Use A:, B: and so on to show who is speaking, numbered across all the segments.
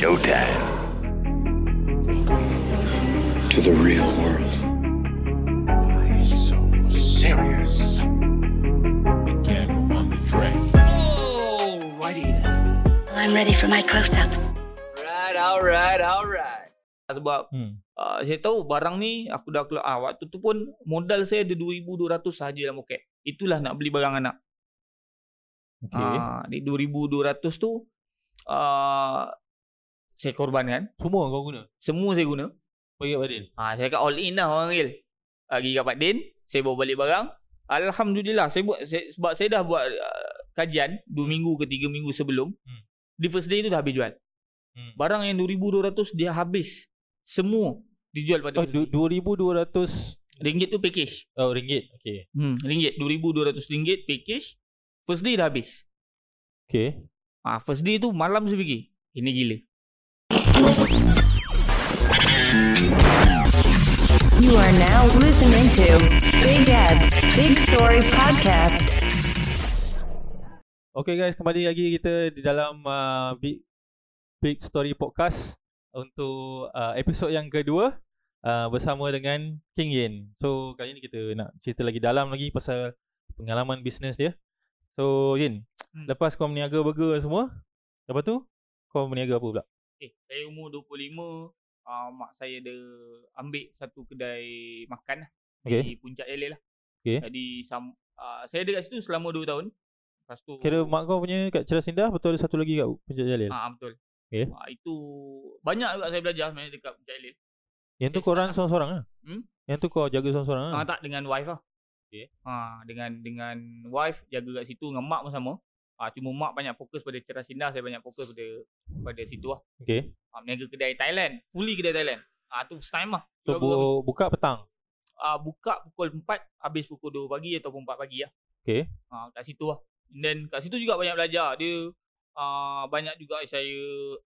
A: showtime.
B: to the real world.
C: serious. Again on the train.
D: I'm ready for my close-up.
E: Alright, alright, alright. Sebab
F: Hmm.
E: uh, saya tahu barang ni aku dah keluar ah, waktu tu pun modal saya ada 2200 saja dalam poket. Itulah nak beli barang anak.
F: Okey.
E: Ah, di 2200 tu uh, saya korbankan.
F: Semua kau guna.
E: Semua saya guna.
F: Bagi kat Badil.
E: Ah, saya kat all in lah orang real. Pergi kat Pak Din, saya bawa balik barang. Alhamdulillah saya buat saya, sebab saya dah buat uh, kajian 2 minggu ke 3 minggu sebelum.
F: Hmm.
E: Di first day tu dah habis jual.
F: Hmm.
E: Barang yang 2200 dia habis. Semua dijual pada
F: Oh,
E: oh,
F: du- 2200
E: ringgit tu package.
F: oh, ringgit. Okey.
E: Hmm, ringgit 2200 ringgit package. First day dah habis.
F: Okey.
E: Ah, first day tu malam saya fikir, ini gila.
G: You are now listening to Big Ads, Big Story Podcast.
F: Okey guys, kembali lagi kita di dalam uh, Big Big Story Podcast untuk uh, episod yang kedua uh, bersama dengan King Yen. So kali ni kita nak cerita lagi dalam lagi pasal pengalaman bisnes dia. So Yin,
E: Hmm.
F: lepas kau berniaga burger semua, lepas tu kau berniaga apa pula?
E: Eh, saya umur 25, uh, mak saya ada ambil satu kedai makan lah, di
F: Okey.
E: Puncak Eleh lah.
F: Okey.
E: Jadi sam, uh, saya dekat situ selama 2 tahun. Lepas tu
F: Kira mak kau punya kat Ceras Indah, betul ada satu lagi kat Puncak Jalil.
E: Ah, betul.
F: Okey.
E: Ah, itu banyak juga saya belajar sebenarnya dekat Puncak Eleh.
F: Yang tu
E: saya
F: korang
E: start
F: seorang-seorang lah.
E: Hmm?
F: Yang tu kau jaga seorang-seorang
E: Ah
F: lah.
E: tak dengan wife lah.
F: Okey.
E: Ah dengan dengan wife jaga kat situ dengan mak pun sama. Ah cuma mak banyak fokus pada ceras indah, saya banyak fokus pada pada situ lah.
F: Okay.
E: Ah meniaga kedai Thailand, fully kedai Thailand. Ah tu first time lah.
F: So
E: Dua- dua-
F: bu- buka petang.
E: uh, buka pukul 4 habis pukul 2 pagi ataupun 4 pagi lah.
F: Okey.
E: Uh, kat situ lah. And then kat situ juga banyak belajar. Dia uh, banyak juga saya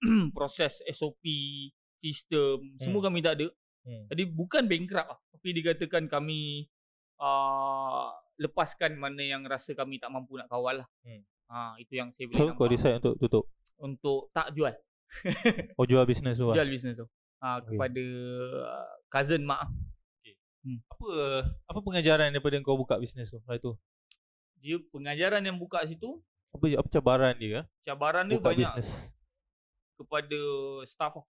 E: proses SOP, sistem, hmm. semua
F: Hmm.
E: kami tak ada.
F: Hmm.
E: Jadi bukan bankrupt lah. Tapi dikatakan kami uh, lepaskan mana yang rasa kami tak mampu nak kawal lah.
F: Hmm.
E: Ha, itu yang saya boleh
F: So kau
E: nampak
F: decide untuk tutup.
E: untuk tak jual.
F: Oh jual bisnes tu lah.
E: Jual bisnes tu. Ha,
F: Okey.
E: kepada uh, cousin mak ah.
F: apa apa pengajaran daripada kau buka bisnes tu hari tu?
E: dia pengajaran yang buka situ
F: Apa apa cabaran dia eh?
E: cabaran dia
F: buka
E: banyak
F: bisnes?
E: kepada staff lah.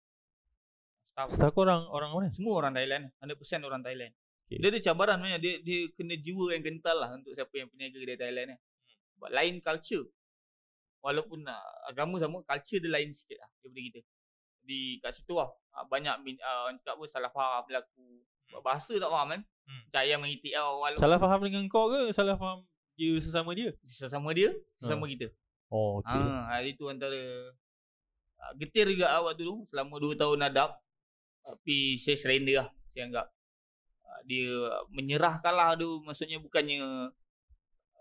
E: staff
F: Staff kau orang orang mana?
E: semua orang Thailand 100% orang Thailand
F: Okay.
E: dia ada cabaran sebenarnya dia dia kena jiwa yang kental lah untuk siapa yang peniaga kedai Thailand ni sebab lain culture walaupun uh, agama sama culture dia lain sikit lah daripada kita di kat situ lah uh, banyak min- uh, orang cakap apa salah faham berlaku Sebab bahasa tak faham kan
F: Hmm.
E: hmm. cahaya mengitik lah walaupun
F: Salah faham dengan kau ke salah faham dia sesama dia?
E: sesama dia sesama kita
F: Oh okey.
E: Ah, hari tu antara ah, getir juga lah waktu tu selama 2 tahun adab tapi saya surrender lah saya anggap Ah, dia menyerah kalah tu maksudnya bukannya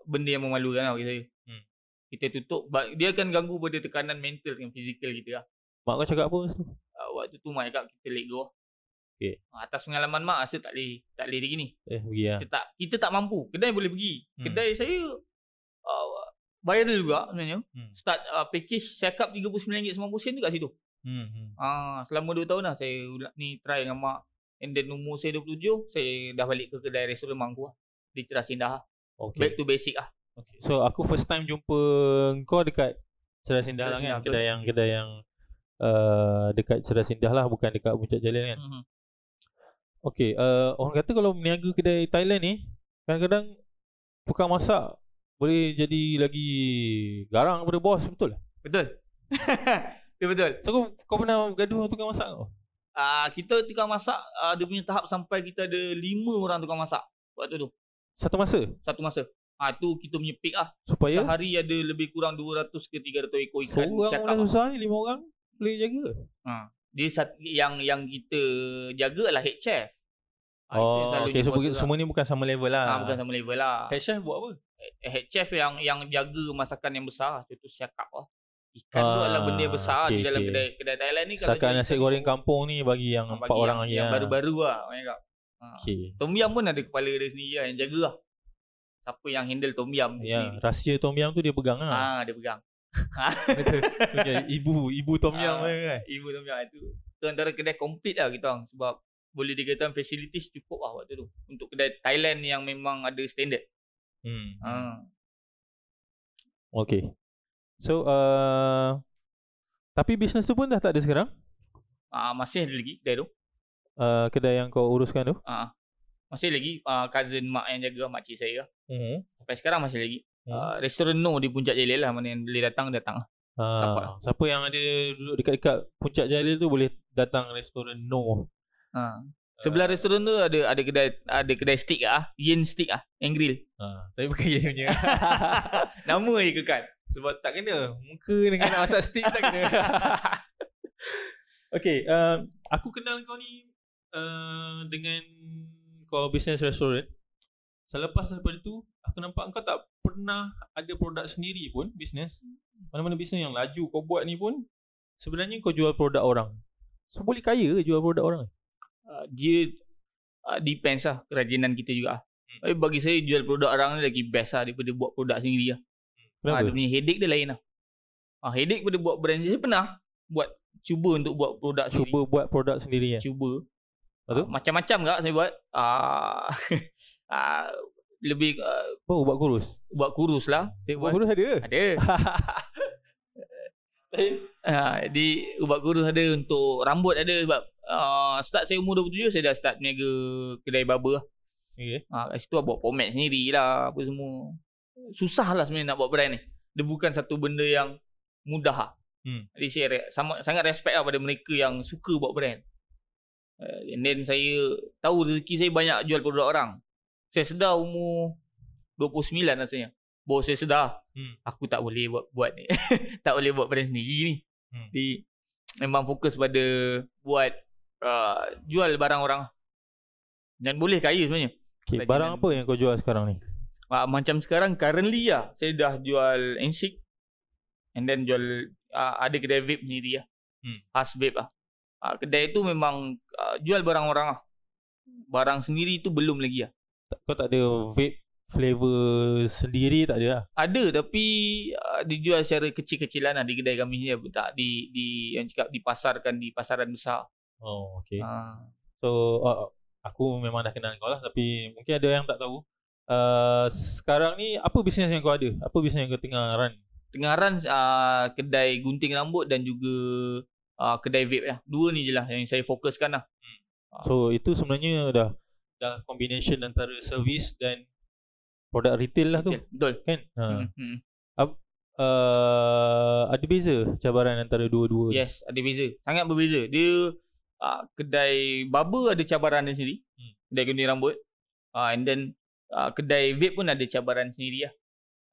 E: benda yang memalukan lah bagi saya
F: Hmm.
E: kita tutup ba- dia akan ganggu pada tekanan mental dengan fizikal kita lah
F: Mak kau cakap apa masa tu?
E: Ah, waktu tu mak cakap kita let go lah.
F: Okey.
E: Ah, atas pengalaman mak rasa tak boleh tak boleh lagi ni
F: Eh pergi lah.
E: kita tak kita tak mampu kedai boleh pergi
F: Hmm.
E: kedai saya uh, viral juga sebenarnya
F: Hmm.
E: start uh, package cakap RM39.90 tu kat situ
F: Hmm. hmm.
E: ah selama 2 tahun lah saya ulang- ni try dengan mak and then umur saya 27 saya dah balik ke kedai restoran mangku lah di Ceras Indah lah. back
F: Okay.
E: to basic lah
F: okay. So aku first time jumpa kau dekat Ceras Indah lah
E: Ceras Indah,
F: kan.
E: betul.
F: Kedai yang kedai yang uh, dekat Ceras Indah lah bukan dekat Puncak Jalan kan.
E: Mhm.
F: Okey, uh, orang kata kalau meniaga kedai Thailand ni, kadang-kadang tukang masak boleh jadi lagi garang daripada bos, betul lah.
E: betul betul Ya, betul
F: So kau, kau pernah bergaduh dengan tukang masak kau?
E: ah kita tukang masak ah, dia punya tahap sampai kita ada 5 orang tukang masak waktu tu
F: Satu masa
E: satu masa ah tu kita punya peak lah
F: supaya
E: sehari ada lebih kurang 200 ke 300 ekor ikan
F: ya? seorang
E: cakap
F: orang
E: lah.
F: susah ni, lima orang boleh jaga.
E: dia sat- yang yang kita jaga adalah head chef. Ah, itu yang
F: Oh,
E: selalunya
F: okay, so
E: bos
F: bukan,
E: tu
F: semua ni bukan sama level
E: lah.
F: lah.
E: Ah, bukan sama level lah. Head,
F: Head chef buat apa?
E: head chef yang yang jaga masakan yang besar, tu tu siakap lah. Ikan tu adalah benda yang
F: Ah,
E: besar
F: okey,
E: di dalam
F: okey.
E: kedai kedai Thailand ni
F: Setakat
E: dia-
F: nasi goreng kampung ni bagi yang
E: Ah,
F: empat
E: bagi
F: orang
E: yang,
F: lagi
E: yang
F: lah.
E: baru-baru lah orang cakap. Ah.
F: Okay.
E: Tom Yam pun ada kepala dia sendiri lah yang jaga lah. Siapa yang handle Tom Yam tu
F: Ya,
E: sendiri.
F: rahsia tom yam tu dia pegang lah.
E: Ah, dia pegang.
F: Betul. Okay, ibu, ibu Tom Yum
E: Ah,
F: uh, kan.
E: Ibu Tom Yum itu tu antara kedai complete lah kita orang sebab boleh dikatakan facilities cukup lah waktu tu untuk kedai Thailand yang memang ada standard.
F: Hmm.
E: Ha.
F: Okay. So, uh, tapi bisnes tu pun dah tak ada sekarang?
E: Ah masih ada lagi kedai tu.
F: Uh, kedai yang kau uruskan tu?
E: Ah. Masih lagi ah, cousin mak yang jaga mak cik saya.
F: Mm-hmm.
E: Sampai sekarang masih lagi.
F: Hmm.
E: Ah, restoran No di Puncak Jalil lah mana yang boleh datang datang. lah.
F: Uh,
E: Siapa
F: siapa,
E: lah?
F: siapa yang ada duduk dekat-dekat Puncak Jalil tu boleh datang restoran No.
E: Ha. Sebelah restoran tu ada ada kedai ada kedai steak ah, yin steak ah, and grill.
F: Uh, tapi bukan yang punya.
E: Nama je kekal.
F: Sebab tak kena. Muka dengan nak masak steak tak kena. okay. Uh, aku kenal kau ni uh, dengan kau business restaurant. Selepas daripada tu, aku nampak kau tak pernah ada produk sendiri pun business. Mana-mana business yang laju kau buat ni pun sebenarnya kau jual produk orang. So boleh kaya ke jual produk orang?
E: uh, dia uh, depends lah kerajinan kita juga lah.
F: Hmm.
E: Tapi bagi saya jual produk orang ni lagi best lah daripada buat produk sendiri lah. Ha, dia
F: Kenapa?
E: punya headache dia lain lah. Ha, headache pada buat brand saya pernah buat cuba untuk buat produk
F: Cuba buat produk sendiri
E: sendiri.
F: kan?
E: Cuba.
F: Lepas tu?
E: Ah, macam-macam kak saya buat. Ah, ah, lebih ah,
F: Apa ubat kurus?
E: buat kurus lah. Saya
F: Ubat
E: buat
F: kurus ada?
E: ada. Ha, di ubat kurus ada untuk rambut ada sebab uh, start saya umur 27 saya dah start meniaga kedai barber lah.
F: okay.
E: Ha, kat situ lah buat format sendiri lah apa semua. Susah lah sebenarnya nak buat brand ni. Dia bukan satu benda yang mudah lah.
F: Hmm.
E: Jadi saya re- sama, sangat respect lah pada mereka yang suka buat brand. Uh, and then saya tahu rezeki saya banyak jual produk orang. Saya sedar umur 29 rasanya. Baru saya sedar
F: Hmm.
E: aku tak boleh buat buat ni. tak boleh buat brand sendiri ni.
F: Hmm.
E: Jadi memang fokus pada buat uh, jual barang orang. Dan boleh kaya sebenarnya.
F: okay.
E: kerajinan.
F: Barang apa yang kau jual sekarang ni?
E: Uh, macam sekarang currently lah saya dah jual insik and then jual uh, ada kedai vape sendiri lah.
F: Hmm.
E: Khas vape lah. Uh, kedai tu memang uh, jual barang orang lah. Barang sendiri tu belum lagi lah.
F: Tak- Kau tak ada vape flavor sendiri tak ada lah.
E: Ada tapi uh, dijual secara kecil-kecilan lah di kedai kami ni lah. tak di di yang cakap dipasarkan di pasaran besar.
F: Oh, okay.
E: Uh,
F: So, uh, aku memang dah kenal kau lah tapi mungkin ada yang tak tahu. Uh, sekarang ni apa bisnes yang kau ada? Apa bisnes yang kau tengah run?
E: Tengaran uh, kedai gunting rambut dan juga uh, kedai vape lah. Dua ni je lah yang saya fokuskan lah.
F: So, itu sebenarnya dah dah combination antara service dan produk retail lah tu
E: Betul. Betul.
F: kan? Ha.
E: Hmm. Hmm.
F: Uh, ada beza cabaran antara dua-dua. ni?
E: Yes, ada beza. Sangat berbeza. Dia uh, kedai barber ada cabaran dia sendiri.
F: Hmm.
E: Hmm. Kedai gunting rambut. Uh, and then uh, kedai vape pun ada cabaran sendiri lah.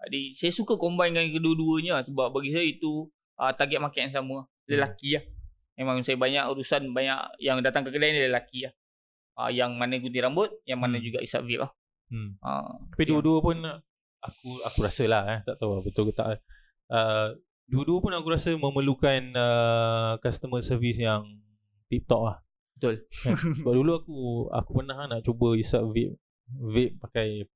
E: Jadi saya suka combinekan kedua-duanya lah sebab bagi saya itu uh, target market yang sama. Lelaki lah. Memang saya banyak urusan banyak yang datang ke kedai ni lelaki lah. Uh, yang mana gunting rambut, yang mana
F: Hmm.
E: juga isap vape lah.
F: Hmm.
E: Uh,
F: Tapi
E: Betul.
F: dua-dua pun aku aku rasa lah eh, tak tahu lah betul ke tak. Uh, dua-dua pun aku rasa memerlukan uh, customer service yang tip top lah.
E: Betul.
F: Kan? Sebab dulu aku aku pernah lah nak cuba isap vape vape pakai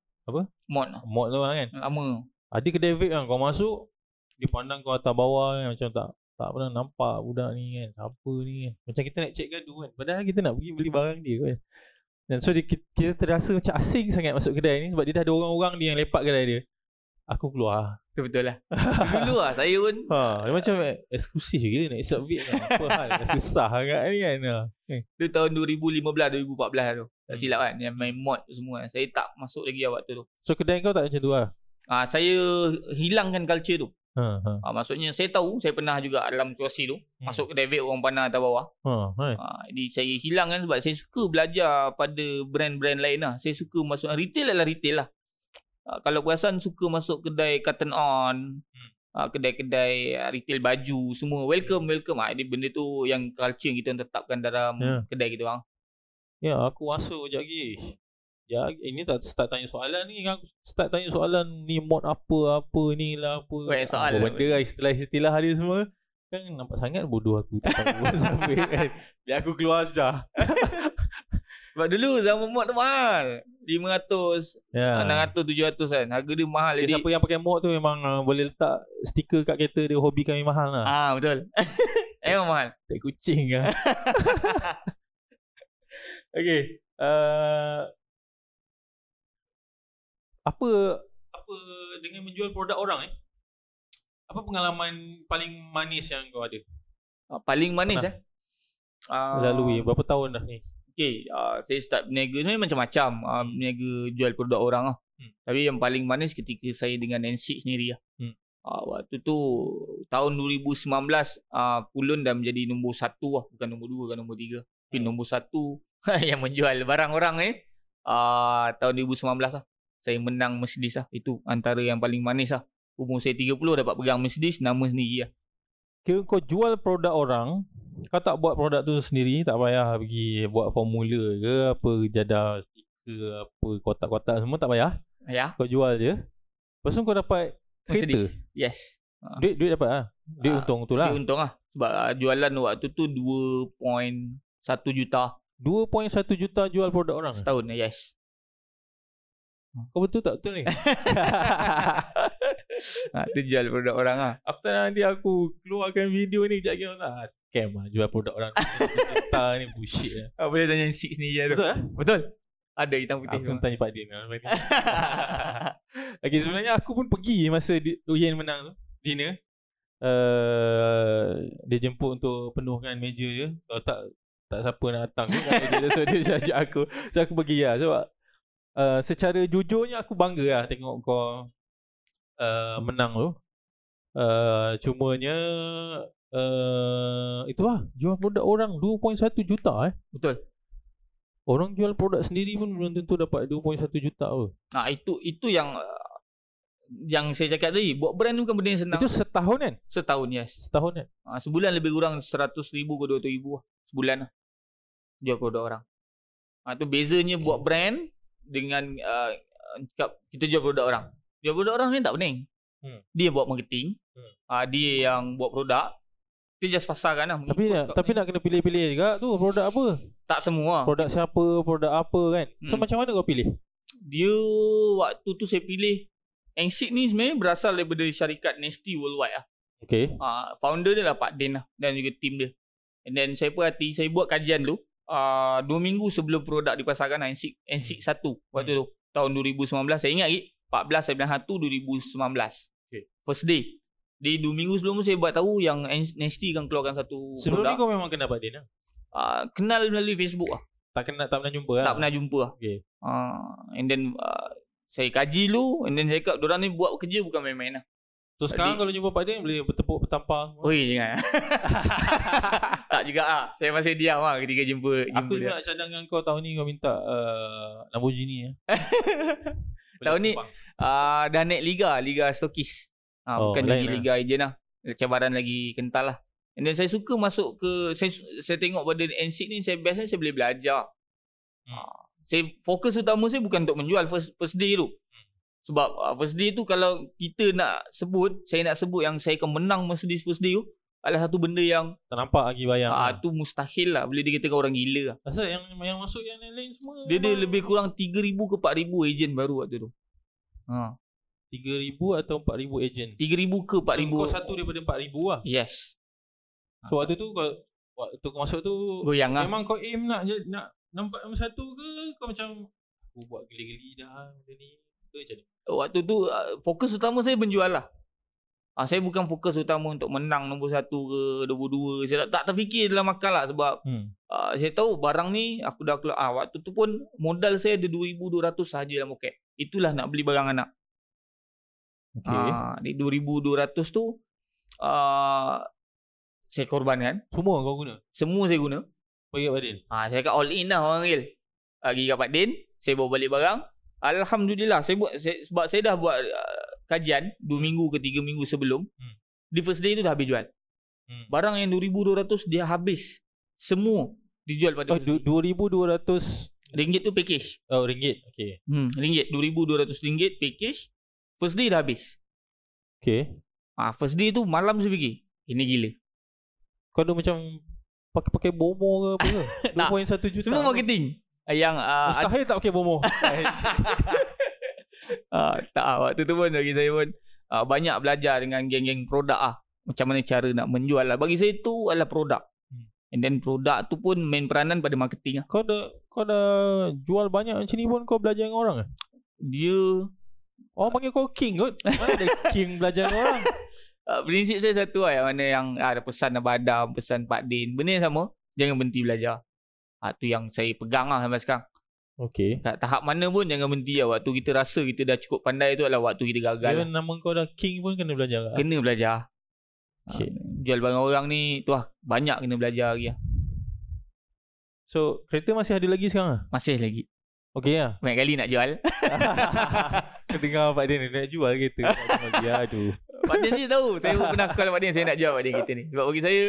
E: mod lah.
F: mod tu lah kan.
E: Lama.
F: Ada kedai vape kan kau masuk dia pandang kau atas bawah kan macam tak tak pernah nampak budak ni kan siapa ni kan macam kita nak cek gaduh kan padahal kita nak pergi beli barang dia kan dan so dia, ki- kita terasa macam asing sangat masuk kedai ni sebab dia dah ada orang-orang dia yang lepak kedai dia aku keluar "Ah."
E: Betul betul lah. Dulu lah saya pun
F: ha dia macam eh, eksklusif gila nak isap vape kan apa hal susah agak ni kan ha. Eh,
E: Dia tahun 2015 2014 tu.
F: Hmm.
E: Tak silap kan yang main mod tu semua. kan. Saya tak masuk lagi lah waktu tu.
F: so kedai kau tak macam tu lah
E: Ah uh, saya hilangkan culture tu.
F: ha ha
E: Ah maksudnya saya tahu saya pernah juga dalam situasi tu
F: Hmm.
E: masuk kedai vape orang pandang atas bawah.
F: ha ha
E: Ah jadi saya hilangkan sebab saya suka belajar pada brand-brand lain lah. Saya suka masuk retail adalah retail lah. Ah, kalau perasan suka masuk kedai cotton on,
F: Hmm.
E: ah, kedai-kedai ah, retail baju semua welcome welcome ah ini benda tu yang culture yang kita orang tetapkan dalam
F: Ya.
E: kedai kita orang.
F: Ya, aku masuk sekejap lagi. Ya, ini tak start tanya soalan ni. Aku start tanya soalan ni mod apa, apa ni lah, apa.
E: Weh, soalan.
F: Apa benda lah, istilah-istilah dia semua. Kan nampak sangat bodoh aku. Tak tahu sampai kan. Biar aku keluar sudah.
E: Sebab dulu zaman mod tu mahal. 500,
F: Ya.
E: yeah. 600, 700 kan. Harga dia mahal.
F: Jadi,
E: Jadi,
F: siapa yang pakai mok tu memang uh, boleh letak stiker kat kereta dia hobi kami mahal lah.
E: ah betul. Memang mahal.
F: Tak kucing lah. okay. Uh, apa apa dengan menjual produk orang eh? Apa pengalaman paling manis yang kau ada?
E: Ah, paling manis
F: Pernah.
E: eh. Ah,
F: Lalui berapa tahun dah ni?
E: Okay, uh, saya start berniaga sebenarnya macam-macam. Uh, berniaga jual produk orang lah.
F: Hmm.
E: Tapi yang paling manis ketika saya dengan N6 sendiri lah.
F: Hmm.
E: Uh, waktu tu tahun 2019 uh, Pulun dah menjadi nombor satu lah. Bukan nombor dua, bukan nombor tiga. Tapi
F: Hmm.
E: nombor satu yang menjual barang orang ni. Uh, tahun 2019 lah. Saya menang Mercedes lah. Itu antara yang paling manis lah. Umur saya 30 dapat pegang Mercedes nama sendiri lah.
F: Kira kau jual produk orang, kau tak buat produk tu sendiri, tak payah pergi buat formula ke apa jadah stiker apa kotak-kotak semua tak payah.
E: Ya,
F: Kau jual je. Lepas tu kau dapat kereta.
E: Mercedes. Yes.
F: Duit duit dapat ah. Duit
E: Ah,
F: untung tu
E: Tapi
F: lah.
E: untung lah. Sebab uh, jualan waktu tu 2.1 juta
F: 2.1 juta jual produk orang.
E: setahun. Eh, Yes.
F: Kau betul tak betul ni?
E: ha, tu jual produk orang lah.
F: After nanti aku keluarkan video ni Sekejap lagi orang tak Scam lah jual produk orang 2.1 juta ni bullshit lah
E: Ah, boleh tanya Six ni je tu.
F: Betul lah
E: Betul. Ah, Ada hitam putih.
F: Aku
E: semua.
F: nak tanya Pak Din lah Okay sebenarnya aku pun pergi Masa di- Uyen menang tu Dinner uh, Dia jemput untuk Penuhkan meja je Kalau tak Tak siapa nak datang tu, kalau dia- So dia just ajak aku So aku pergi lah Sebab uh, Secara jujurnya Aku bangga lah Tengok kau uh, Menang tu uh, Cumanya uh, Itulah Jual produk orang 2.1 juta eh
E: Betul.
F: Orang jual produk sendiri pun belum tentu dapat 2.1 juta tu.
E: Nah, itu itu yang uh, yang saya cakap tadi. Buat brand ni bukan benda yang senang.
F: Itu setahun kan?
E: Setahun, yes.
F: Setahun kan?
E: Ha, sebulan lebih kurang 100 ribu ke 200 ribu lah. Sebulan lah. Jual produk orang. Ha, tu bezanya buat brand dengan uh, cakap kita jual produk orang. Jual produk orang ni tak pening.
F: Hmm.
E: Dia buat marketing.
F: Hmm.
E: Ha, dia yang buat produk. Kita just pasarkan lah.
F: Tapi
E: Ikut
F: nak,
E: kat
F: tapi
E: mana.
F: nak kena pilih-pilih juga tu produk apa.
E: Tak semua. lah.
F: Produk siapa, produk apa kan. So
E: Hmm.
F: macam mana kau pilih?
E: Dia waktu tu saya pilih. Anxic ni sebenarnya berasal daripada syarikat Nesty Worldwide lah.
F: Okay.
E: uh, founder dia lah Pak Din lah dan juga team dia. And then saya perhati, saya buat kajian tu uh, dua minggu sebelum produk dipasarkan lah, N6, N6
F: Hmm.
E: 1 waktu tu tahun 2019 saya ingat lagi 14 saya bilang 1 2019.
F: Okay.
E: First day. Di dua minggu sebelum tu saya buat tahu yang N- Nasty akan keluarkan satu
F: Sebelum ni
E: produk.
F: kau memang kenal Pak Din lah.
E: Uh, kenal melalui Facebook lah.
F: Tak kena tak pernah jumpa lah.
E: Tak pernah jumpa lah.
F: Okay.
E: Uh, and then uh, saya kaji dulu and then saya cakap orang ni buat kerja bukan main-main lah.
F: So
E: Jadi- Oh,
F: sekarang kalau jumpa Pak Din boleh bertepuk bertampar. semua.
E: Oi jangan. tak juga ah. Saya masih diam ah ketika jumpa jumpa
F: Aku
E: dia.
F: juga nak cadang dengan kau tahun ni kau minta uh, Lamborghini ya.
E: Tahun ni- Ah dah naik liga, liga stokis. Ah
F: Oh,
E: bukan lagi
F: lain lah.
E: liga ejen lah. Cabaran lagi kental lah. And then saya suka masuk ke saya su- saya tengok pada NC ni saya bestnya saya boleh belajar.
F: Hmm.
E: Ah, saya fokus utama saya bukan untuk menjual first first day tu. Sebab ah, first day tu kalau kita nak sebut, saya nak sebut yang saya akan menang Mercedes first day tu adalah satu benda yang
F: Tak nampak lagi bayang.
E: ah,
F: lah.
E: tu mustahil lah boleh dikatakan orang gila lah.
F: Rasa yang yang masuk yang lain-lain semua. kan?
E: Dia ada
F: memang
E: lebih kurang 3,000 ke 4,000 ejen baru waktu tu. Ha.
F: 3,000 atau 4,000 agent.
E: 3,000 ke 4,000.
F: So, kau satu daripada 4,000 lah.
E: Yes.
F: Ah, So waktu tu kau waktu kau masuk tu
E: goyang lah.
F: memang kau aim nak je- nak nampak nombor satu ke kau macam aku buat geli-geli dah benda ni ke macam ni.
E: Waktu tu ah, fokus utama saya menjual lah. Ah, saya bukan fokus utama untuk menang nombor satu ke nombor dua. Saya tak, tak terfikir dalam akal lah sebab
F: Hmm.
E: ah, saya tahu barang ni aku dah keluar. Ah, waktu tu pun modal saya ada 2,200 sahaja dalam poket. Itulah nak beli barang anak.
F: Okay.
E: Ah, di 2,200 tu ah, saya korbankan.
F: Semua kau guna.
E: Semua saya guna.
F: Bagi Badil.
E: Ha, saya cakap all in lah orang real. Lagi kat Pak Din, saya bawa balik barang. Alhamdulillah, saya buat saya, sebab saya dah buat uh, kajian 2 minggu ke 3 minggu sebelum.
F: Hmm.
E: Di first day tu dah habis jual.
F: Hmm.
E: Barang yang 2200 dia habis. Semua dijual pada
F: Oh,
E: oh,
F: du- 2200
E: ringgit tu package.
F: oh, ringgit. Okay.
E: Hmm, ringgit 2200 ringgit package. First day dah habis.
F: Okay.
E: Ah, ha, first day tu malam saya fikir, ini gila.
F: Kau ada macam pakai-pakai bomo ke apa ke?
E: Tak.
F: 2.1 juta. lah
E: Semua marketing. yang uh,
F: Mustahil tak pakai bomoh.
E: Ah, tak ah, waktu tu pun bagi saya pun ah, banyak belajar dengan geng-geng produk ah. Macam mana cara nak menjual lah. Bagi saya tu adalah produk.
F: Hmm.
E: And then produk tu pun main peranan pada marketing lah.
F: kau dah kau dah jual banyak macam ni pun kau belajar dengan orang eh?
E: Dia
F: Orang panggil kau king kot. Mana ada king belajar dengan orang?
E: ah, prinsip saya satu lah yang mana yang ah, ada pesan Abang Adam, pesan Pak Din. Benda yang sama. Jangan berhenti belajar. Ah, tu yang saya pegang lah sampai sekarang.
F: Okay.
E: Kat tahap mana pun jangan berhenti lah. Waktu kita rasa kita dah cukup pandai tu adalah waktu kita gagal.
F: Kalau
E: lah.
F: nama kau dah king pun kena belajar kat.
E: Kena belajar. Ah,
F: Okay.
E: Jual barang orang ni tu lah. Banyak kena belajar lagi lah.
F: So kereta masih ada lagi sekarang ah?
E: Masih lagi.
F: Okay lah
E: Banyak kali nak jual.
F: Kau dengar Pak Din Nak jual kereta Dia aduh
E: Pak Din je tahu Saya pun pernah call Pak Din Saya nak jual Pak Din kereta ni Sebab bagi saya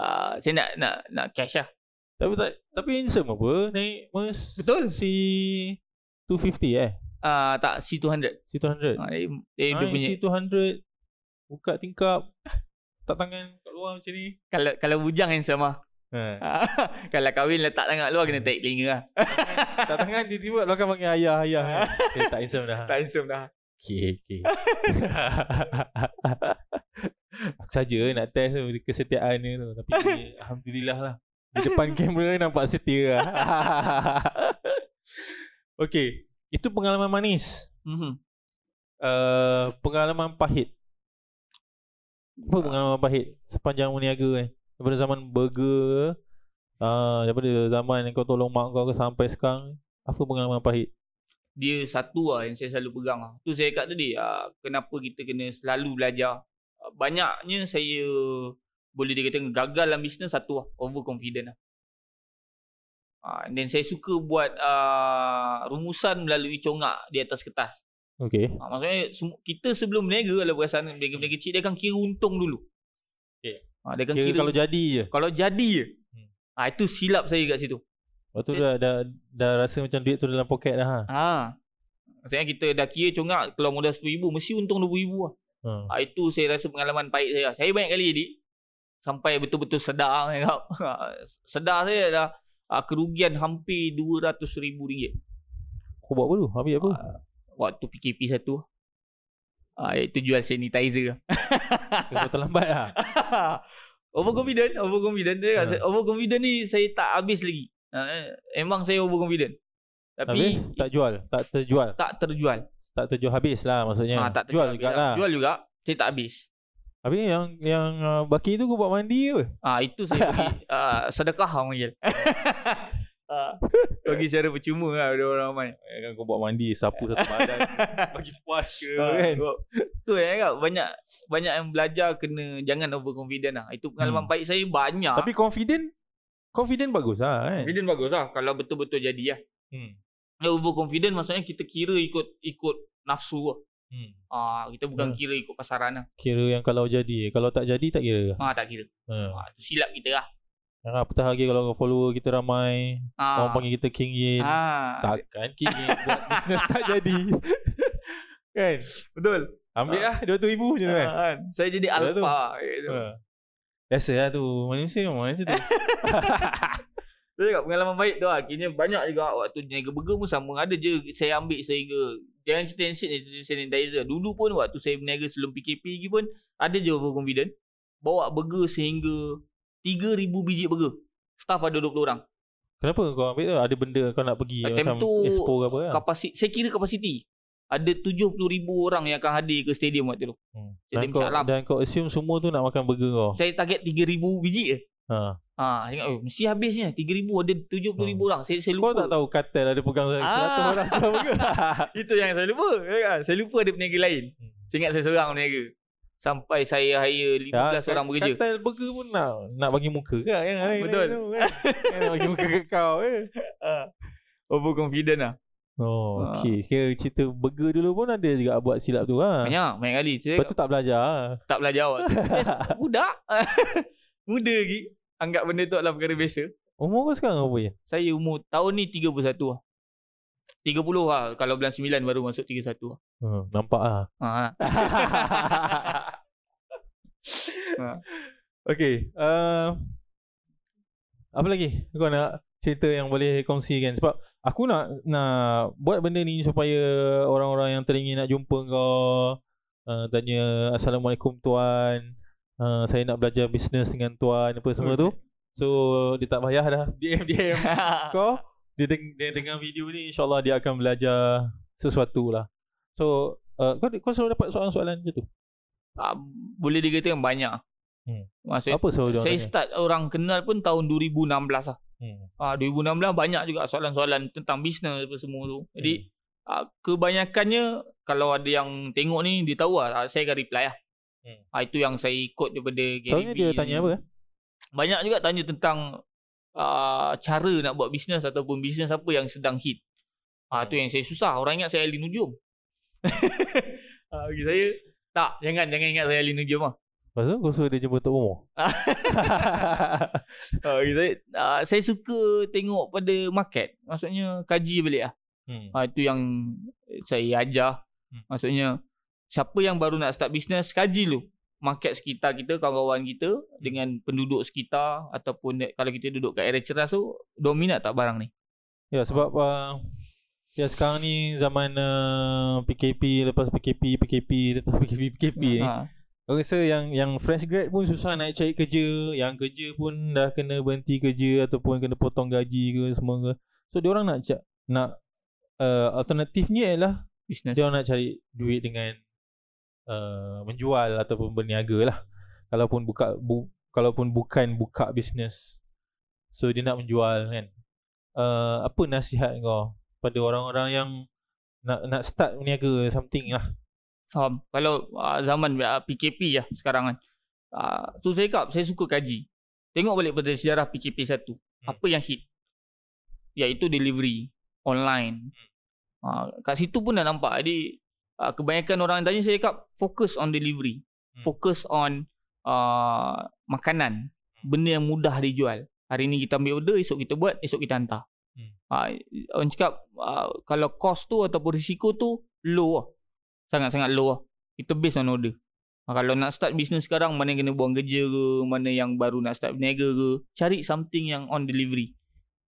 E: uh, Saya nak nak nak cash lah
F: Tapi tak Tapi handsome apa Naik mas
E: Betul.
F: Si 250 eh
E: uh, Tak C200
F: Si
E: uh,
F: 200
E: Dia, dia, dia
F: Naik
E: punya
F: Si 200 Buka tingkap Tak tangan kat luar macam ni
E: Kalau kalau bujang handsome lah
F: ha.
E: Kalau kahwin letak tangan luar Kena tarik telinga lah
F: Tak tangan tiba-tiba Lo akan panggil ayah Ayah kan? okay, Tak handsome dah
E: Tak handsome dah
F: Okay, okay. Aku saja nak test tu kesetiaan dia tu. Tapi ni, Alhamdulillah lah. Di depan kamera nampak setia lah. okay. Itu pengalaman manis.
E: mm-hmm.
F: Uh, pengalaman pahit. Apa pengalaman pahit sepanjang meniaga kan? Daripada zaman burger, uh, daripada zaman kau tolong mak kau ke sampai sekarang. Apa pengalaman pahit?
E: Dia satu lah Yang saya selalu pegang lah Tu saya kat tadi uh, Kenapa kita kena selalu belajar uh, Banyaknya saya Boleh dikatakan Gagal dalam bisnes Satu lah Overconfident lah Uh, and then saya suka buat uh, rumusan melalui congak di atas kertas.
F: Okay.
E: Ha, maksudnya semu- kita sebelum berniaga kalau perasan berniaga-berniaga kecil dia akan kira untung dulu.
F: Okey.
E: Ha, dia akan
F: Kira
E: kira,
F: kalau jadi je.
E: kalau jadi je.
F: Hmm.
E: Ha, itu silap saya kat situ.
F: Lepas tu
E: Saya-
F: dah, dah, dah rasa macam duit tu dalam poket dah ha.
E: Ha. Maksudnya kita dah kira congak kalau modal RM10,000 mesti untung RM20,000 lah.
F: ha.
E: Ha, itu saya rasa pengalaman pahit saya. Saya banyak kali jadi sampai betul-betul sedar kan kau. sedar saya dah ha, kerugian hampir RM200,000
F: Kau buat apa tu? Habis apa?
E: Ah, waktu PKP satu. Ha, iaitu jual sanitizer.
F: Kau terlambat lah.
E: overconfident, overconfident. Dia
F: Ha.
E: ha. overconfident ni saya tak habis lagi. Ha, emang saya overconfident.
F: Habis
E: Tapi
F: tak jual. Tak terjual.
E: tak terjual.
F: Tak terjual habis lah maksudnya.
E: Ha, tak
F: jual
E: terjual.
F: juga lah.
E: Jual juga, saya tak habis.
F: Habis yang yang uh, baki tu kau buat mandi ke?
E: Ah ha, itu saya bagi uh, sedekah orang panggil. Ah, bagi secara percuma lah pada orang ramai.
F: Kan kau buat mandi sapu satu badan. bagi puas ke
E: Ah, sebab- Tu eh kak, banyak banyak yang belajar kena jangan overconfident lah. Itu pengalaman
F: Hmm.
E: baik saya banyak.
F: Tapi confident confident bagus lah kan.
E: confident bagus lah kalau betul-betul jadi lah.
F: Hmm.
E: Ya, overconfident maksudnya kita kira ikut ikut nafsu lah.
F: Hmm.
E: Ah, kita bukan
F: Hmm.
E: kira ikut pasaran lah.
F: Kira yang kalau jadi Kalau tak jadi tak kira
E: Ah, tak kira.
F: ha.
E: Ah, tu silap kita lah.
F: Jangan apatah lagi Kalau follower kita ramai
E: Ah.
F: Orang panggil kita King Yin
E: Ah.
F: Takkan kini buat bisnes tak jadi. kan?
E: Betul.
F: Ambil
E: Ah.
F: lah RM200,000 je tu kan.
E: Ah, kan? Saya jadi
F: Betul tu.
E: alpha. Gitu.
F: Ha. Biasa lah tu. Manusia memang macam tu.
E: Saya cakap pengalaman baik tu lah. Akhirnya banyak juga waktu niaga burger pun sama. Ada je saya ambil sehingga jangan cerita yang shit ni, sanitizer. Dulu pun waktu saya berniaga sebelum PKP lagi pun ada je overconfident. Bawa burger sehingga 3,000 biji burger. Staff ada 20 orang.
F: Kenapa kau ambil tu? Ada benda kau nak pergi
E: Time
F: macam
E: tu,
F: expo ke apa lah.
E: Kapasi, saya kira kapasiti. Ada 70,000 orang yang akan hadir ke stadium waktu tu.
F: Hmm.
E: jadi
F: Dan, kau,
E: macam alam.
F: dan kau assume semua tu nak makan burger kau.
E: Saya target 3,000 biji je.
F: Ha.
E: Ha, saya ingat, oh, mesti habisnya. 3,000 ada 70,000
F: Hmm.
E: orang. Saya, saya
F: Kau
E: lupa.
F: tak tahu katel ada pegang ah. 100 orang jual burger.
E: Itu yang saya lupa. Ya kan? Saya lupa ada peniaga lain.
F: Hmm.
E: Saya ingat saya seorang peniaga. Sampai saya hire 15
F: kat-
E: orang bekerja.
F: Katel Ya, burger pun nak nak bagi muka ke yang lain
E: Betul.
F: tu kan? Kan nak bagi muka ke kau eh.
E: Overconfident Ah. lah.
F: Oh,
E: Ha.
F: okey. Kira cerita burger dulu pun ada juga buat silap tu ha.
E: Banyak, banyak kali. Saya
F: Lepas tu tak belajar lah.
E: tak belajar awal. Budak. Muda lagi. Anggap benda tu adalah perkara biasa.
F: Umur kau sekarang apa ya?
E: Saya umur tahun ni 31 lah. 30 lah. Kalau bulan 9 baru masuk 31 lah.
F: Hmm, nampak ah.
E: Ha.
F: Ha. okay. Uh, apa lagi kau nak cerita yang boleh kongsikan sebab aku nak nak buat benda ni supaya orang-orang yang teringin nak jumpa kau uh, tanya assalamualaikum tuan uh, saya nak belajar bisnes dengan tuan apa semua tu so dia tak payah dah DM DM kau dia, deng- dia dengar video ni insyaallah dia akan belajar sesuatu lah so uh, kau kau selalu dapat soalan-soalan macam tu
E: Ah, boleh dikatakan banyak.
F: Hmm.
E: Maksud
F: apa selalu dia
E: saya
F: tanya
E: start orang kenal pun tahun 2016 lah.
F: hmm.
E: Ah 2016 banyak juga soalan-soalan tentang bisnes apa semua tu. Jadi ah, kebanyakannya kalau ada yang tengok ni dia tahu lah ah, saya akan reply lah.
F: Hmm.
E: Ah, itu yang saya ikut daripada Gary
F: Selalunya dia
E: Vee
F: tanya
E: ni.
F: apa? eh?
E: Banyak juga tanya tentang ah, cara nak buat bisnes ataupun bisnes apa yang sedang hit. Ah tu yang saya susah. Orang ingat saya Alin Ujung. ah, bagi saya tak jangan jangan ingat saya Alin Ujung lah.
F: Lepas tu kau suruh dia jumpa Tok Umar
E: Ah, bagi saya, ah, saya suka tengok pada market. Maksudnya kaji balik lah.
F: hmm.
E: Ha, itu yang saya ajar.
F: Hmm.
E: Maksudnya siapa yang baru nak start bisnes kaji dulu market sekitar kita kawan-kawan kita
F: Hmm.
E: dengan penduduk sekitar ataupun ne- kalau kita duduk kat area ceras tu dominat tak barang ni.
F: Ya sebab uh, Ya sekarang ni zaman uh, PKP Lepas PKP PKP Lepas PKP PKP ni
E: Ha.
F: Aku rasa yang yang fresh grad pun susah nak cari kerja Yang kerja pun dah kena berhenti kerja Ataupun kena potong gaji ke semua ke So diorang nak cak Nak uh, Alternatifnya ialah
E: Bisnes.
F: Dia orang nak cari duit dengan uh, menjual ataupun berniaga lah. Kalaupun buka bu, kalaupun bukan buka bisnes. So dia nak menjual kan. Uh, apa nasihat kau pada orang-orang yang nak nak start berniaga something lah.
E: Faham. Kalau uh, zaman uh, PKP lah sekarang kan. Uh, so saya cakap saya suka kaji. Tengok balik pada sejarah PKP 1.
F: Hmm.
E: Apa yang hit? Iaitu delivery online.
F: Hmm.
E: Uh, kat situ pun dah nampak. Jadi uh, kebanyakan orang yang tanya saya cakap fokus on delivery.
F: Hmm.
E: Fokus on uh, makanan. Benda yang mudah dijual. Hari ni kita ambil order, esok kita buat, esok kita hantar.
F: Hmm.
E: Uh, orang cakap uh, kalau cost tu ataupun risiko tu low lah sangat-sangat low lah. Kita based on order. Ha, kalau nak start bisnes sekarang, mana yang kena buang kerja ke, mana yang baru nak start berniaga ke, cari something yang on delivery.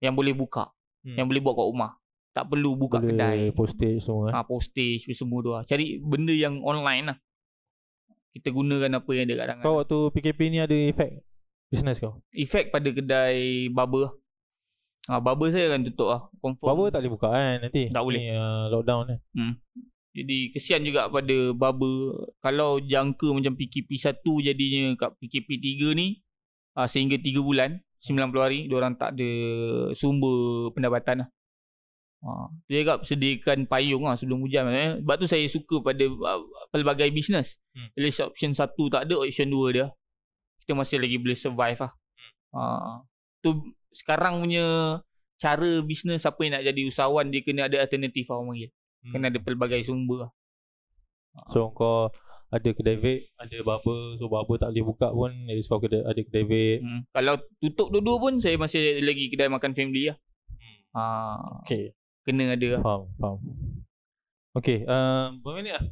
E: Yang boleh buka,
F: Hmm.
E: yang boleh buat kat rumah. Tak perlu buka
F: Boleh
E: kedai.
F: postage semua.
E: Ha,
F: Ha.
E: postage apa semua tu lah. Cari benda yang online lah. Kita gunakan apa yang ada kat tangan.
F: Kau waktu PKP ni ada efek bisnes kau?
E: Efek pada kedai barber. lah. Ha, barber saya akan tutup lah. Confirm.
F: Barber tak boleh buka kan nanti?
E: Tak boleh.
F: Ni, uh, lockdown ni.
E: Jadi kesian juga pada barber kalau jangka macam PKP 1 jadinya kat PKP 3 ni uh, sehingga 3 bulan 90 hari diorang tak ada sumber pendapatan lah. Ha, tu dia cakap sediakan payung lah sebelum hujan eh. Sebab tu saya suka pada uh, pelbagai bisnes.
F: Hmm.
E: Hmm. Bila option 1 tak ada, option 2 dia. Kita masih lagi boleh survive lah. Ha, tu sekarang punya cara bisnes siapa yang nak jadi usahawan dia kena ada alternatif lah orang panggil. Kena ada pelbagai sumber lah.
F: Hmm. So kau ada kedai vape, ada barber, so barber tak boleh buka pun at least kau kedai, ada kedai vape.
E: Hmm. Kalau tutup dua-dua pun saya masih ada lagi kedai makan family lah. Ha,
F: Okay,
E: kena ada lah.
F: faham, faham. Okay, uh, berapa minit lah?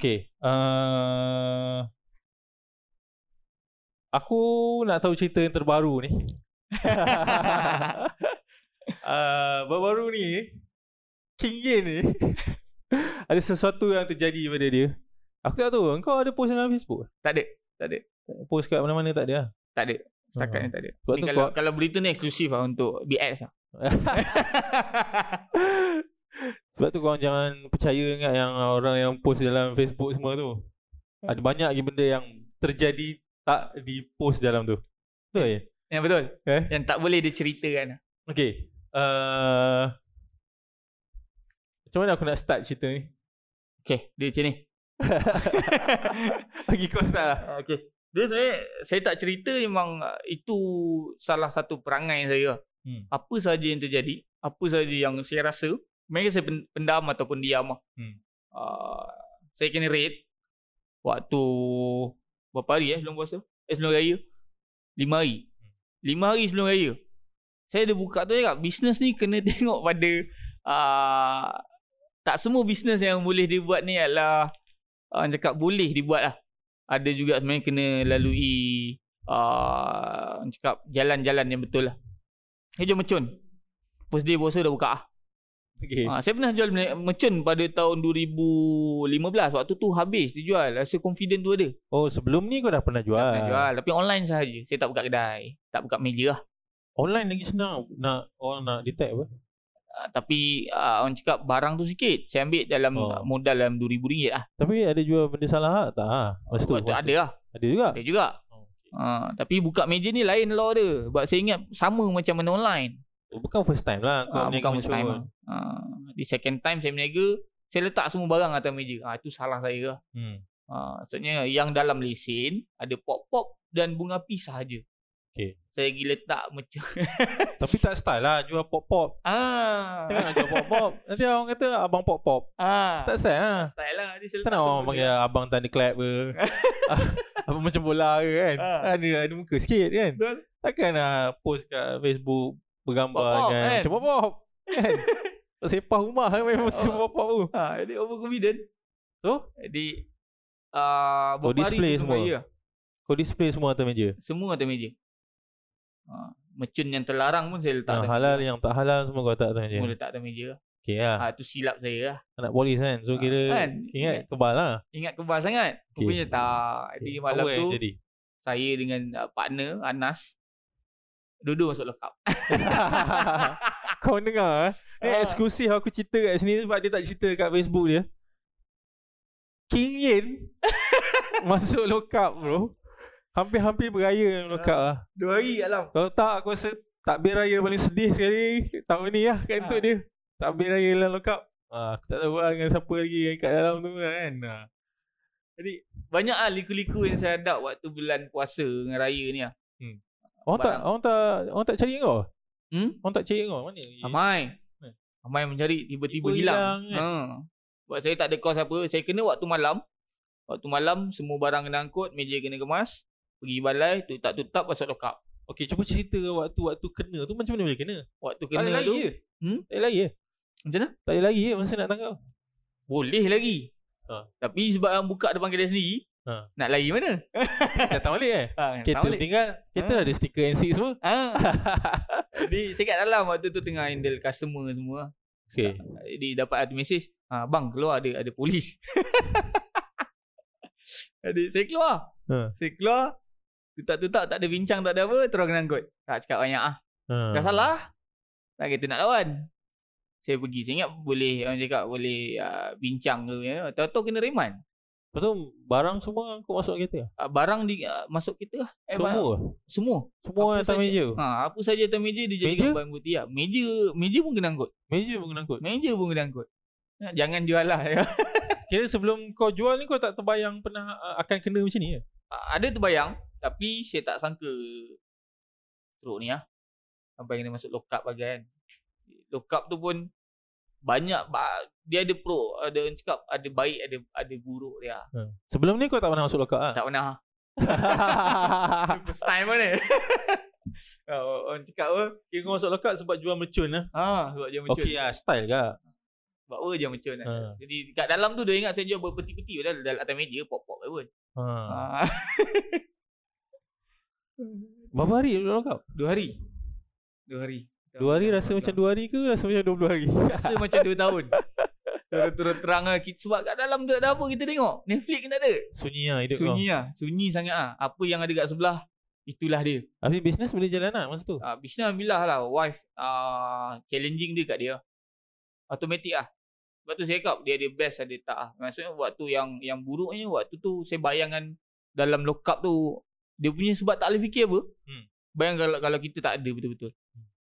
F: Okay, uh, aku nak tahu cerita yang terbaru ni. uh, baru-baru ni, King Yen ni, ada sesuatu yang terjadi pada dia. Aku tak tahu, kau ada post dalam Facebook?
E: tak ada, tak ada,
F: Post kat mana-mana tak ada lah.
E: tak ada. Setakat
F: Hmm.
E: ni tak ada.
F: Sebab
E: Ni
F: tu
E: kalau
F: kau-
E: kalau berita ni eksklusif lah untuk BX lah.
F: Sebab tu korang jangan percaya ingat yang orang yang post dalam Facebook semua tu.
E: Hmm.
F: Ada banyak lagi benda yang terjadi tak di post dalam tu.
E: Hmm.
F: Betul ya?
E: Yang betul.
F: Eh?
E: Yang tak boleh dia ceritakan. lah.
F: Okay. Uh, macam mana aku nak start cerita ni?
E: Okay, dia macam ni.
F: Bagi kau start lah.
E: Ah, Okey. Dia sebenarnya saya tak cerita memang ah, itu salah satu perangai saya.
F: Hmm.
E: Hmm. Apa saja yang terjadi, apa saja yang saya rasa, memang saya pen- pendam ataupun diam lah.
F: Hmm.
E: Ah, saya kena raid waktu berapa hari eh sebelum puasa? Eh sebelum raya. Lima hari. Lima hari sebelum raya. Saya ada buka tu cakap, bisnes ni kena tengok pada ah, tak semua bisnes yang boleh dibuat ni adalah ah, orang cakap boleh dibuat lah ada juga sebenarnya kena lalui uh, cakap jalan-jalan yang betul lah. Dia jual mercun. First day puasa dah buka ah.
F: Okay.
E: Ha, saya pernah jual me- mercun pada tahun 2015. Waktu tu habis dia jual. Rasa confident tu ada.
F: Oh, sebelum ni kau dah pernah jual.
E: Tak pernah jual. Tapi online sahaja. Saya tak buka kedai. Tak buka meja lah.
F: Online lagi senang nak orang nak detect apa.
E: Ah, tapi uh, orang cakap barang tu sikit. Saya ambil dalam
F: Oh.
E: oh. modal dalam RM2,000 lah.
F: Tapi ada jual benda salah tak? Ha, masa tu.
E: Waktu tu
F: masa
E: ada
F: tu.
E: lah.
F: Ada juga.
E: Ada juga.
F: Oh, okay.
E: Ha, tapi buka meja ni lain law dia. Sebab saya ingat sama macam mana online.
F: Oh, Bukan first time lah kau
E: Ah,
F: meniaga
E: bukan first
F: mercun.
E: time. lah. Ah, di second time saya meniaga, saya letak semua barang atas meja. Ah itu salah saya lah.
F: Hmm.
E: Ah, maksudnya yang dalam lesen ada pop-pop dan bunga pisah saja.
F: Okey.
E: Saya pergi letak macam
F: Tapi tak style lah jual pop-pop.
E: ah.
F: Jangan nak jual pop-pop. Nanti orang kata abang pop-pop.
E: ah.
F: Tak style lah.
E: style lah. Dia saya
F: Tak
E: letak
F: nak orang
E: semua
F: panggil abang thunderclap ke. abang macam bola ke kan.
E: Ah.
F: Ada ada muka sikit kan.
E: Betul.
F: Takkan lah post kat Facebook bergambar
E: Pop-pop,
F: dengan
E: kan?
F: macam pop-pop. Kan? Sepah rumah kan
E: Oh.
F: memang semua pop-pop tu.
E: dia. Ah, dia overconfident.
F: So?
E: Jadi ah
F: Oh,
E: beberapa hari
F: display
E: sebelum
F: semua.
E: raya,
F: Kau display semua atas meja.
E: Semua atas meja. Ah, mercun yang terlarang pun saya letak
F: Tak,
E: atas
F: Ah, halal
E: meja.
F: yang tak halal semua kau letak atas meja.
E: Semua letak atas meja.
F: Okey lah.
E: Ah, tu silap saya lah.
F: Nak polis kan. So
E: Ah,
F: kira
E: kan?
F: ingat kebal lah.
E: Ingat kebal sangat.
F: Okey.
E: Okay. Rupanya tak. Jadi
F: Apa
E: malam
F: yang
E: tu
F: jadi?
E: saya dengan uh, partner Anas duduk masuk lokap.
F: Kau dengar eh? Ni
E: Ah.
F: eksklusif aku cerita kat sini sebab dia tak cerita kat Facebook dia. King Yen masuk lokap bro. Hampir-hampir beraya dengan lokap lah.
E: Dua hari alam.
F: Kalau tak aku rasa takbir raya paling sedih sekali tahun ni lah kat untuk
E: Ah.
F: dia. Takbir raya dalam lokap. Ah, aku tak tahu lah dengan siapa lagi yang kat dalam tu kan. Ah.
E: Banyak ah liku-liku yang saya hadap waktu bulan puasa dengan raya ni ah.
F: Orang tak
E: Barang.
F: orang tak orang tak cari kau.
E: Hmm?
F: Orang tak cari kau. Mana? lagi?
E: Amai.
F: Eh.
E: Amai mencari tiba-tiba
F: Tiba
E: hilang.
F: hilang, eh.
E: Ha. Sebab saya tak ada kos apa. Saya kena waktu malam. Waktu malam semua barang kena angkut, meja kena kemas, pergi balai, tutup-tutup masuk lokap.
F: Okey, cuba cerita waktu-waktu kena tu macam mana boleh kena?
E: Waktu
F: Tak boleh
E: kena
F: lari
E: tu
F: je.
E: Hmm?
F: Tak boleh lari je.
E: macam mana?
F: Tak boleh lari je masa nak tangkap.
E: Boleh lagi.
F: Ha.
E: Tapi sebab yang buka depan kedai sendiri,
F: Ha.
E: nak lari mana?
F: Datang balik eh.
E: Ha,
F: Kereta
E: tak boleh.
F: tinggal. Kereta
E: Ha.
F: ada stiker NC semua.
E: Ah. Jadi saya kat dalam waktu tu tengah handle customer semua.
F: Okey.
E: Jadi dapat ada mesej, ah bang keluar ada ada polis. Jadi saya keluar.
F: Ha.
E: Saya keluar. Tutak-tutak tak ada bincang tak ada apa, terus kena angkut. Tak cakap banyak ah.
F: Ha.
E: Dah salah. Tak kata nak lawan. Saya pergi. Saya ingat boleh orang cakap boleh uh, bincang ke ya. Tahu-tahu kena reman.
F: Lepas tu barang semua kau masuk kereta.
E: Uh, barang di uh, masuk kita lah.
F: Eh,
E: barang-
F: semua.
E: semua.
F: Semua
E: apa
F: yang atas
E: saja.
F: meja.
E: Ha, apa saja atas meja dia
F: Meja?
E: jadikan bahan bukti lah. Meja meja pun kena angkut.
F: Meja pun kena angkut.
E: Meja pun kena angkut. Ha, Jangan jual lah.
F: Kira sebelum kau jual ni kau tak terbayang pernah uh, akan kena macam ni ya?
E: Ah, Ada terbayang tapi saya tak sangka teruk ni ah. Sampai kena masuk lokap bagai kan. Lokap tu pun banyak ba- dia ada pro, ada orang cakap ada baik, ada ada buruk dia.
F: Ha. Sebelum ni kau tak pernah masuk lokal ah.
E: Tak pernah. First time mana? oh, orang cakap apa?
F: Kira kau masuk lokal sebab jual mercun lah.
E: Ha, sebab dia mencun.
F: Okey lah, style kak.
E: Sebab apa dia mencun. Ha.
F: Ha.
E: Jadi kat dalam tu dia ingat saya jual berpeti-peti padahal dalam atas meja pop-pop pun.
F: Ha.
E: Ha.
F: Berapa hari duduk lokal?
E: Dua hari. Dua hari.
F: Dua hari rasa macam dua hari ke rasa macam dua puluh hari?
E: Rasa macam 2 tahun Terus-terus terang lah kita, Sebab kat dalam tu tak ada apa kita tengok Netflix tak ada
F: Sunyi lah hidup
E: Sunyi
F: kau.
E: lah Sunyi sangat lah Apa yang ada kat sebelah Itulah dia
F: Habis bisnes boleh jalan lah masa tu?
E: uh, Bisnes Alhamdulillah lah Wife uh, Challenging dia kat dia Automatic lah Sebab tu saya cakap Dia ada best ada tak lah. Maksudnya waktu yang Yang buruknya Waktu tu saya bayangkan Dalam lokap tu Dia punya sebab tak boleh fikir apa
F: Hmm.
E: Bayang kalau, kalau kita tak ada betul-betul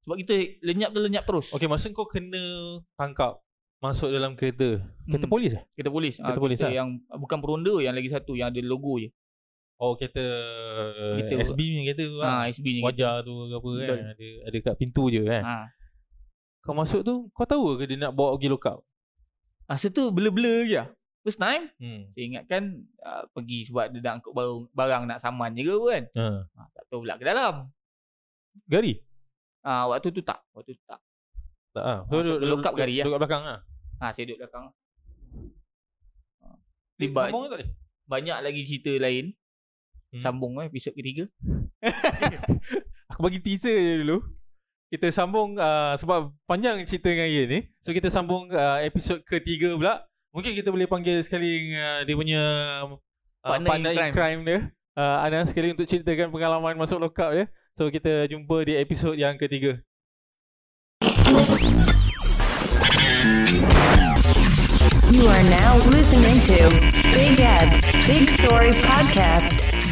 E: Sebab kita lenyap tu lenyap terus
F: Okey, masa kau kena tangkap masuk dalam kereta. Kereta
E: Hmm.
F: polis eh?
E: Kereta polis. Ah,
F: Kereta polis, ah.
E: yang bukan peronda yang lagi satu yang ada logo je.
F: Oh, kereta,
E: Kereta
F: kereta SB punya kereta tu
E: Ha,
F: lah.
E: SB ni.
F: Wajah tu ke apa kan.
E: Betul.
F: Ada, ada kat pintu je kan.
E: Ha.
F: Kau masuk tu, kau tahu ke dia nak bawa pergi lokap?
E: Masa Ah, tu blur-blur je. lah. First time
F: Hmm.
E: saya ingatkan uh, pergi sebab dia nak angkut barang, barang nak saman je ke apa kan.
F: Ha.
E: Ha, tak tahu pula ke dalam.
F: Gari?
E: Ah waktu tu tak, waktu tu tak.
F: Tak lah.
E: Masuk ke lokap gari lah.
F: Duduk kat belakang lah.
E: Ha saya duduk belakang. Ha.
F: Eh,
E: Tiba
F: sambung ke tak boleh?
E: banyak lagi cerita lain.
F: Hmm.
E: Sambung eh episod ketiga.
F: Aku bagi teaser je dulu. Kita sambung uh, sebab panjang cerita dengan Ian ni. So kita sambung uh, episod ketiga pula. Mungkin kita boleh panggil sekali uh, dia punya uh,
E: Partner in
F: pandai crime.
E: crime.
F: crime dia. Uh, Ana sekali untuk ceritakan pengalaman masuk lokap ya. So kita jumpa di episod yang ketiga.
G: You are now listening to Big Ads, Big Story Podcast.